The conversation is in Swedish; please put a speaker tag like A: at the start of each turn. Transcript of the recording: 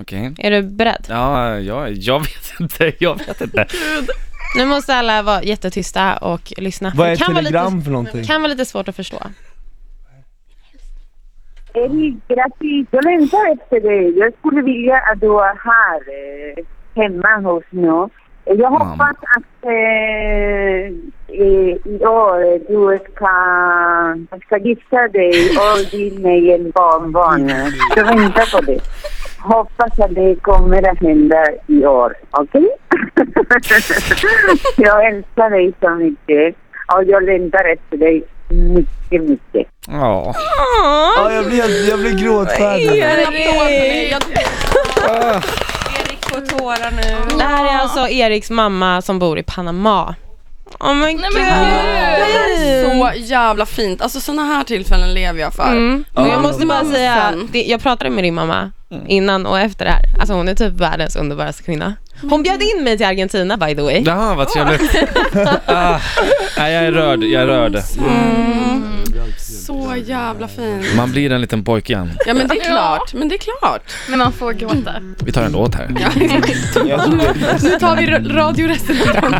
A: Okej.
B: Är du beredd?
A: Ja, ja, jag vet inte, jag vet inte.
B: Nu måste alla vara jättetysta och lyssna.
C: Vad är
B: det kan vara,
C: telegram
B: lite,
C: för någonting?
B: kan vara lite svårt att förstå.
D: Erik, grattis. Jag längtar efter dig. Jag skulle vilja att du är här eh, hemma hos mig. Jag hoppas att eh, eh, i år du ska, ska gifta dig och ge mig en barnbarn. Jag väntar på det. Hoppas att det kommer att hända i år. Okej? jag älskar dig så mycket och jag längtar efter dig mycket, mycket.
A: Ja.
C: Ja, jag blir, helt- jag blir gråtfärdig.
B: Erik.
E: Ah. Erik får tårar nu.
B: Det här är alltså Eriks mamma som bor i Panama. Oh my god.
E: Nej men gud! Mm. Så jävla fint. Alltså sådana här tillfällen lever jag för.
B: Mm. Men jag måste bara säga,
E: Romansen.
B: det, jag pratade med din mamma
C: Mm.
B: innan och efter det här. Alltså hon är typ världens underbaraste kvinna. Hon bjöd in mig till Argentina by the way.
A: Jaha, vad trevligt. Ah, nej, jag är rörd, jag är rörd.
E: Så jävla fint.
A: Man blir en liten pojke igen.
E: Ja men det är
F: Ja.
E: klart. Men det är klart.
F: Men man får gråta.
A: Vi tar en låt här.
C: Jag tror det.
F: Nu tar vi ra- radioresten.